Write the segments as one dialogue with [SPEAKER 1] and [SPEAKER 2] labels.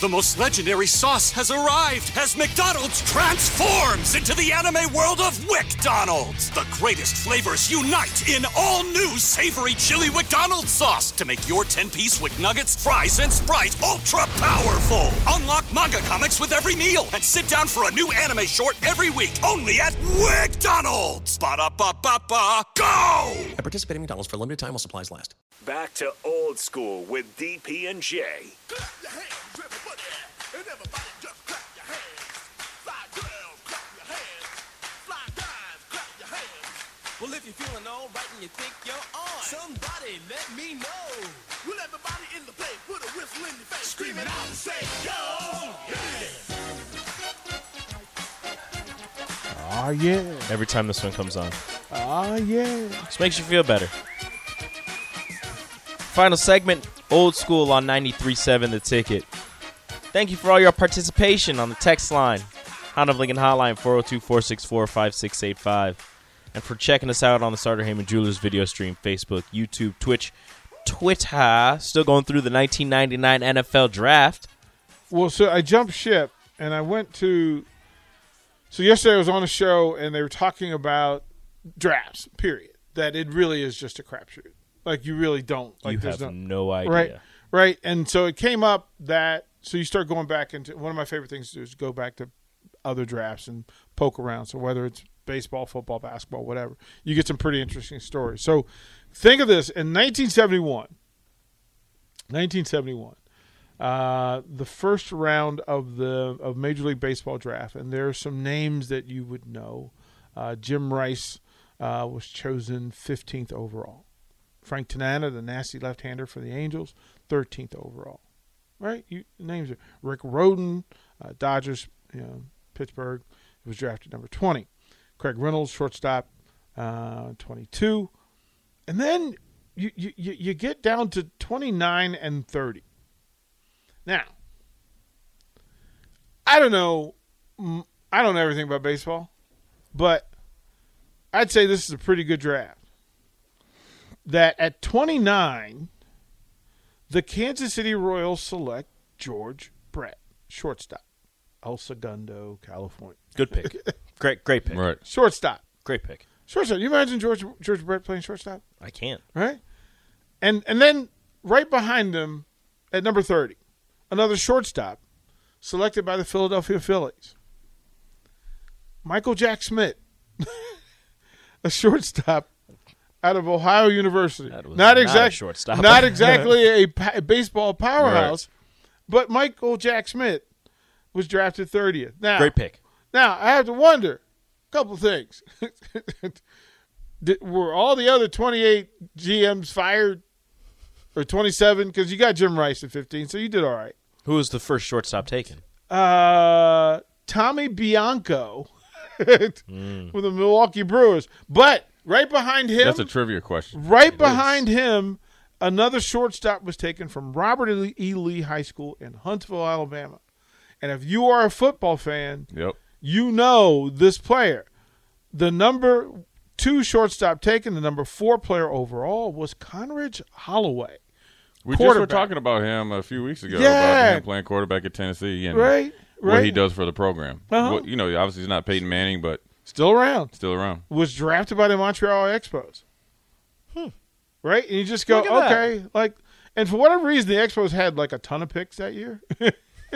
[SPEAKER 1] The most legendary sauce has arrived as McDonald's transforms into the anime world of WickDonald's. The greatest flavors unite in all new savory chili McDonald's sauce to make your 10-piece Wick Nuggets, fries, and Sprite ultra-powerful. Unlock manga comics with every meal and sit down for a new anime short every week only at WickDonald's. Ba-da-ba-ba-ba, go!
[SPEAKER 2] At participating McDonald's for a limited time while supplies last.
[SPEAKER 3] Back to old school with DP and J.
[SPEAKER 4] Well, if you're feeling all right and you think you're on, somebody let me know. Will everybody in the place put a whistle in your face, scream it out and say, yo!
[SPEAKER 5] Ah, yeah.
[SPEAKER 6] every time this one comes on.
[SPEAKER 5] Ah, yeah.
[SPEAKER 6] Just makes you feel better. Final segment, old school on 93.7 The Ticket. Thank you for all your participation on the text line, Honda of Lincoln Hotline 402-464-5685, and for checking us out on the Starter Heyman Jewelers video stream, Facebook, YouTube, Twitch, Twitter. Still going through the 1999 NFL Draft.
[SPEAKER 5] Well, so I jumped ship and I went to. So yesterday I was on a show and they were talking about drafts. Period. That it really is just a crapshoot. Like you really don't. Like
[SPEAKER 6] you
[SPEAKER 5] there's
[SPEAKER 6] have
[SPEAKER 5] no-
[SPEAKER 6] no idea.
[SPEAKER 5] Right. Right. And so it came up that so you start going back into one of my favorite things to do is go back to other drafts and poke around. So whether it's baseball, football, basketball, whatever, you get some pretty interesting stories. So think of this in 1971. 1971. Uh, the first round of the of Major League Baseball draft, and there are some names that you would know. Uh, Jim Rice uh, was chosen 15th overall. Frank Tanana, the nasty left-hander for the Angels, 13th overall. Right? You names are Rick Roden, uh, Dodgers, you know, Pittsburgh. He was drafted number 20. Craig Reynolds, shortstop, uh, 22. And then you, you, you you get down to 29 and 30. Now, I don't know. mm, I don't know everything about baseball, but I'd say this is a pretty good draft. That at 29, the Kansas City Royals select George Brett, shortstop, El Segundo, California.
[SPEAKER 6] Good pick. great, great pick.
[SPEAKER 7] Right.
[SPEAKER 5] Shortstop,
[SPEAKER 6] Great pick.
[SPEAKER 5] shortstop. You imagine George George Brett playing shortstop?
[SPEAKER 6] I can't.
[SPEAKER 5] right? And and then right behind them at number 30, another shortstop selected by the Philadelphia Phillies. Michael Jack Smith, a shortstop out of Ohio University.
[SPEAKER 6] That was
[SPEAKER 5] not
[SPEAKER 6] not a
[SPEAKER 5] exact
[SPEAKER 6] shortstop.
[SPEAKER 5] Not exactly a pa- baseball powerhouse, but Michael Jack Smith was drafted 30th. Now,
[SPEAKER 6] Great pick.
[SPEAKER 5] now I have to wonder a couple things. Did, were all the other 28 GMs fired or 27? Because you got Jim Rice at 15, so you did all right.
[SPEAKER 6] Who was the first shortstop taken?
[SPEAKER 5] Uh, Tommy Bianco with the Milwaukee Brewers, but right behind him,
[SPEAKER 7] That's a trivia question.
[SPEAKER 5] right behind him, another shortstop was taken from Robert E. Lee High School in Huntsville, Alabama. And if you are a football fan,
[SPEAKER 7] Yep.
[SPEAKER 5] you know this player. The number two shortstop taken, the number four player overall was Conridge Holloway.
[SPEAKER 7] We just were
[SPEAKER 5] Quarterback.
[SPEAKER 7] talking about him a few weeks ago
[SPEAKER 5] Yeah.
[SPEAKER 7] about him playing quarterback at Tennessee and
[SPEAKER 5] Right? Right.
[SPEAKER 7] Mm. what he does for the program.
[SPEAKER 5] Uh-huh.
[SPEAKER 7] What- you know, obviously he's not Peyton Manning, but
[SPEAKER 5] Still around.
[SPEAKER 7] still around.
[SPEAKER 5] Was drafted by the Montreal Expos. Hmm. Right? And you just go,
[SPEAKER 6] Look at that.
[SPEAKER 5] okay, like and for whatever reason the Expos had like a ton of picks that year.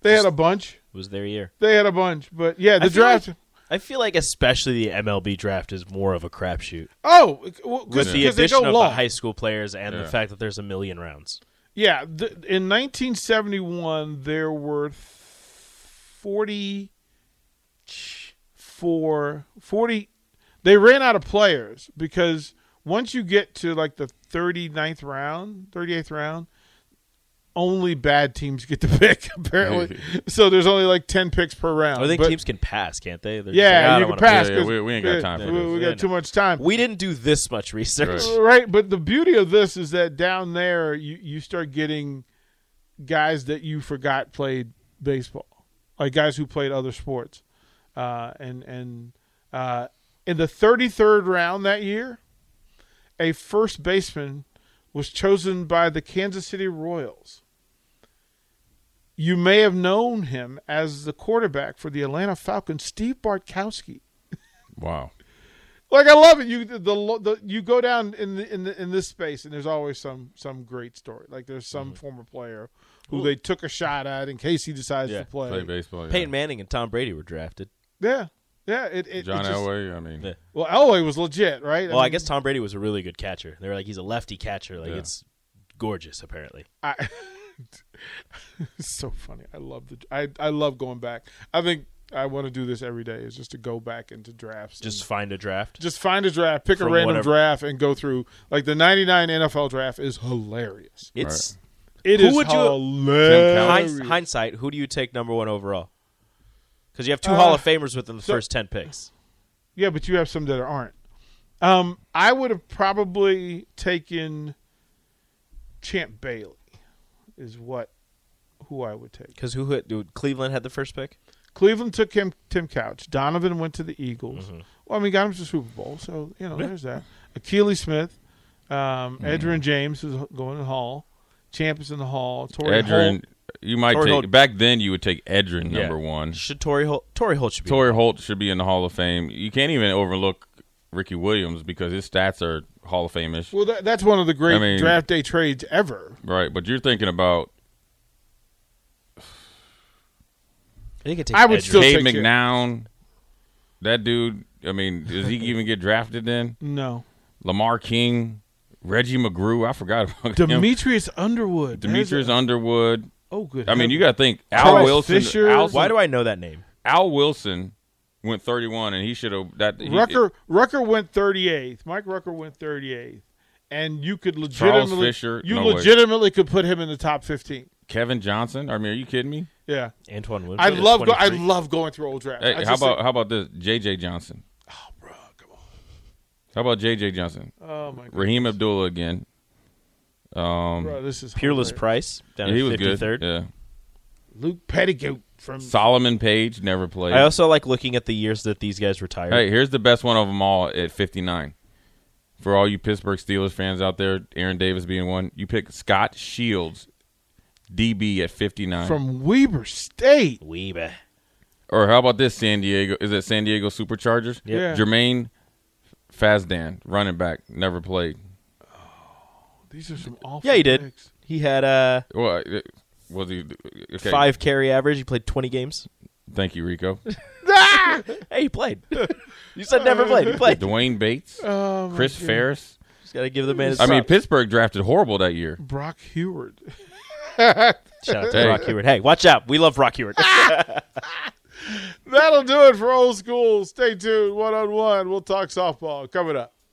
[SPEAKER 5] they had a bunch.
[SPEAKER 6] It was their year.
[SPEAKER 5] They had a bunch. But yeah, the
[SPEAKER 6] feel like-
[SPEAKER 5] draft
[SPEAKER 6] I feel like especially the MLB draft is more of a crapshoot.
[SPEAKER 5] Oh, well, 'cause-
[SPEAKER 6] with the
[SPEAKER 5] 'cause they go
[SPEAKER 6] addition of
[SPEAKER 5] long.
[SPEAKER 6] the high school players and the
[SPEAKER 7] Yeah.
[SPEAKER 6] fact that there's a million rounds.
[SPEAKER 5] Yeah, th- in 1971 there were 44 40 they ran out of players because once you get to like the 39th round, 38th round, only bad teams get to pick apparently. so there's only like 10 picks per round.
[SPEAKER 6] I think
[SPEAKER 5] Uh, But-
[SPEAKER 6] teams can pass, can't they? They're just like,
[SPEAKER 5] yeah,
[SPEAKER 6] "Ah, I
[SPEAKER 5] you
[SPEAKER 6] don't
[SPEAKER 5] can
[SPEAKER 6] wanna
[SPEAKER 5] pass.
[SPEAKER 7] Yeah, yeah,
[SPEAKER 5] 'cause-
[SPEAKER 7] we- we ain't got time for
[SPEAKER 5] we,
[SPEAKER 7] this.
[SPEAKER 5] We
[SPEAKER 6] Yeah,
[SPEAKER 5] got too
[SPEAKER 6] no.
[SPEAKER 5] much time.
[SPEAKER 6] We didn't do this much research.
[SPEAKER 7] Right.
[SPEAKER 5] right but the beauty of this is that down there you, you start getting guys that you forgot played baseball like guys who played other sports uh, and and uh, in the 33rd round that year a first baseman was chosen by the Kansas City Royals. You may have known him as the quarterback for the Atlanta Falcons, Steve Bartkowski.
[SPEAKER 7] Wow.
[SPEAKER 5] Like I love it. You the, the you go down in the, in the, in this space, and there's always some some great story. Like there's some former player who they took a shot at in case he decides
[SPEAKER 6] Yeah,
[SPEAKER 5] to play.
[SPEAKER 7] Play baseball. Yeah.
[SPEAKER 6] Peyton Manning and Tom Brady were drafted.
[SPEAKER 5] Yeah, yeah. It, it, it
[SPEAKER 7] John
[SPEAKER 5] just-
[SPEAKER 7] Elway. I mean,
[SPEAKER 6] Yeah.
[SPEAKER 5] Well, Elway was legit, right?
[SPEAKER 6] Well, I
[SPEAKER 5] mean,
[SPEAKER 6] guess Tom Brady was a really good catcher. They were like, he's a lefty catcher. Like
[SPEAKER 7] Yeah.
[SPEAKER 6] it's gorgeous, apparently.
[SPEAKER 5] I, it's so funny. I love the. I I love going back. I think I want to do this every day. Is just to go back into drafts. and-
[SPEAKER 6] Just find a draft.
[SPEAKER 5] just find a draft, pick a
[SPEAKER 6] From
[SPEAKER 5] random
[SPEAKER 6] whatever-
[SPEAKER 5] draft, and go through. Like the '99 NFL draft is hilarious.
[SPEAKER 6] It's
[SPEAKER 5] It
[SPEAKER 6] Who
[SPEAKER 5] is
[SPEAKER 6] would you-
[SPEAKER 5] hilarious.
[SPEAKER 6] hind- hindsight. Who do you take number one overall? Because you have two
[SPEAKER 5] Uh,
[SPEAKER 6] Hall of Famers within the first ten picks.
[SPEAKER 5] Yeah, but you have some that aren't. Um, I would have probably taken Champ Bailey. Is what who I would take.
[SPEAKER 6] Because who hit? Dude, Cleveland had the first pick.
[SPEAKER 5] Cleveland took him, Tim Couch. Donovan went to the Eagles. Well, I mean, got him to the Super Bowl, so you know, there's that. Akili Smith, um, Edrin James is going to Hall. Champ is in the Hall. Torrey
[SPEAKER 7] Edrin.
[SPEAKER 5] Holt.
[SPEAKER 7] You might
[SPEAKER 6] Torrey
[SPEAKER 7] take
[SPEAKER 6] Holt.
[SPEAKER 7] back then. You would take Edrin number
[SPEAKER 6] Yeah.
[SPEAKER 7] one.
[SPEAKER 6] Should Tory Holt? Tory Holt should be.
[SPEAKER 7] Torrey Holt should be in the Hall of Fame. You can't even overlook Ricky Williams because his stats are Hall of Fameish,
[SPEAKER 5] Well, that, that's one of the great
[SPEAKER 7] I mean-
[SPEAKER 5] draft day trades ever.
[SPEAKER 7] right? But you're thinking about
[SPEAKER 6] I think it takes.
[SPEAKER 5] I would
[SPEAKER 6] Edgerton.
[SPEAKER 5] still-
[SPEAKER 7] Cade
[SPEAKER 5] take you.
[SPEAKER 7] McNown. That dude. I mean, does he even get drafted then?
[SPEAKER 5] No,
[SPEAKER 7] Lamar King, Reggie McGrew. I forgot about him.
[SPEAKER 5] Demetrius Underwood. There's
[SPEAKER 7] Demetrius
[SPEAKER 5] a-
[SPEAKER 7] Underwood.
[SPEAKER 5] oh, good.
[SPEAKER 7] I mean, you got to think Al
[SPEAKER 5] Charles
[SPEAKER 7] Wilson.
[SPEAKER 5] Fisher.
[SPEAKER 7] Al,
[SPEAKER 6] Why do I know that name?
[SPEAKER 7] Al Wilson went 31, and he should have that. He,
[SPEAKER 5] Rucker. Rucker went 38th. Mike Rucker went 38th, and you could legitimately,
[SPEAKER 7] Charles Fisher.
[SPEAKER 5] you
[SPEAKER 7] No way.
[SPEAKER 5] legitimately could put him in the top 15.
[SPEAKER 7] Kevin Johnson. I mean, are you kidding me?
[SPEAKER 5] Yeah,
[SPEAKER 6] Antoine Winfield.
[SPEAKER 5] I
[SPEAKER 6] is
[SPEAKER 5] love. Go, I
[SPEAKER 6] 23.
[SPEAKER 5] love going through old drafts.
[SPEAKER 7] Hey,
[SPEAKER 5] I
[SPEAKER 7] how
[SPEAKER 5] just
[SPEAKER 7] about
[SPEAKER 5] think-
[SPEAKER 7] how about this? J.J. Johnson. Oh, bro, come on. How about J.J. Johnson?
[SPEAKER 5] oh my god,
[SPEAKER 7] Raheem Abdullah again.
[SPEAKER 5] bro, this is
[SPEAKER 6] Peerless
[SPEAKER 5] hilarious.
[SPEAKER 6] Price down
[SPEAKER 7] he
[SPEAKER 6] at
[SPEAKER 7] was
[SPEAKER 6] fifty
[SPEAKER 7] good.
[SPEAKER 6] third.
[SPEAKER 7] Yeah.
[SPEAKER 5] Luke Pettigoat from
[SPEAKER 7] Solomon Page never played.
[SPEAKER 6] I also like looking at the years that these guys retired.
[SPEAKER 7] hey, here's the best one of them all at 59. For all you Pittsburgh Steelers fans out there, Aaron Davis being one, you pick Scott Shields, DB at 59.
[SPEAKER 5] from Weber State.
[SPEAKER 6] Weeba.
[SPEAKER 7] or how about this San Diego? Is it San Diego Superchargers?
[SPEAKER 5] Yeah.
[SPEAKER 7] Jermaine Fazdan, running back, never played.
[SPEAKER 5] These are some awful.
[SPEAKER 6] Yeah, he did.
[SPEAKER 5] picks.
[SPEAKER 6] He had a
[SPEAKER 7] Well, it- was he okay.
[SPEAKER 6] five carry average. He played twenty games.
[SPEAKER 7] Thank you, Rico.
[SPEAKER 6] Hey, he played. you said never played. He played.
[SPEAKER 7] Dwayne Bates,
[SPEAKER 5] Oh,
[SPEAKER 7] Chris Ferris.
[SPEAKER 6] Just gotta give the man. His
[SPEAKER 7] I mean,
[SPEAKER 6] props.
[SPEAKER 7] Pittsburgh drafted horrible that year.
[SPEAKER 5] Brock Heward.
[SPEAKER 6] shout out to
[SPEAKER 7] Hey.
[SPEAKER 6] Rock Heward. Hey, watch out. We love Rock Heward.
[SPEAKER 5] That'll do it for old school. Stay tuned. One on one. We'll talk softball coming up.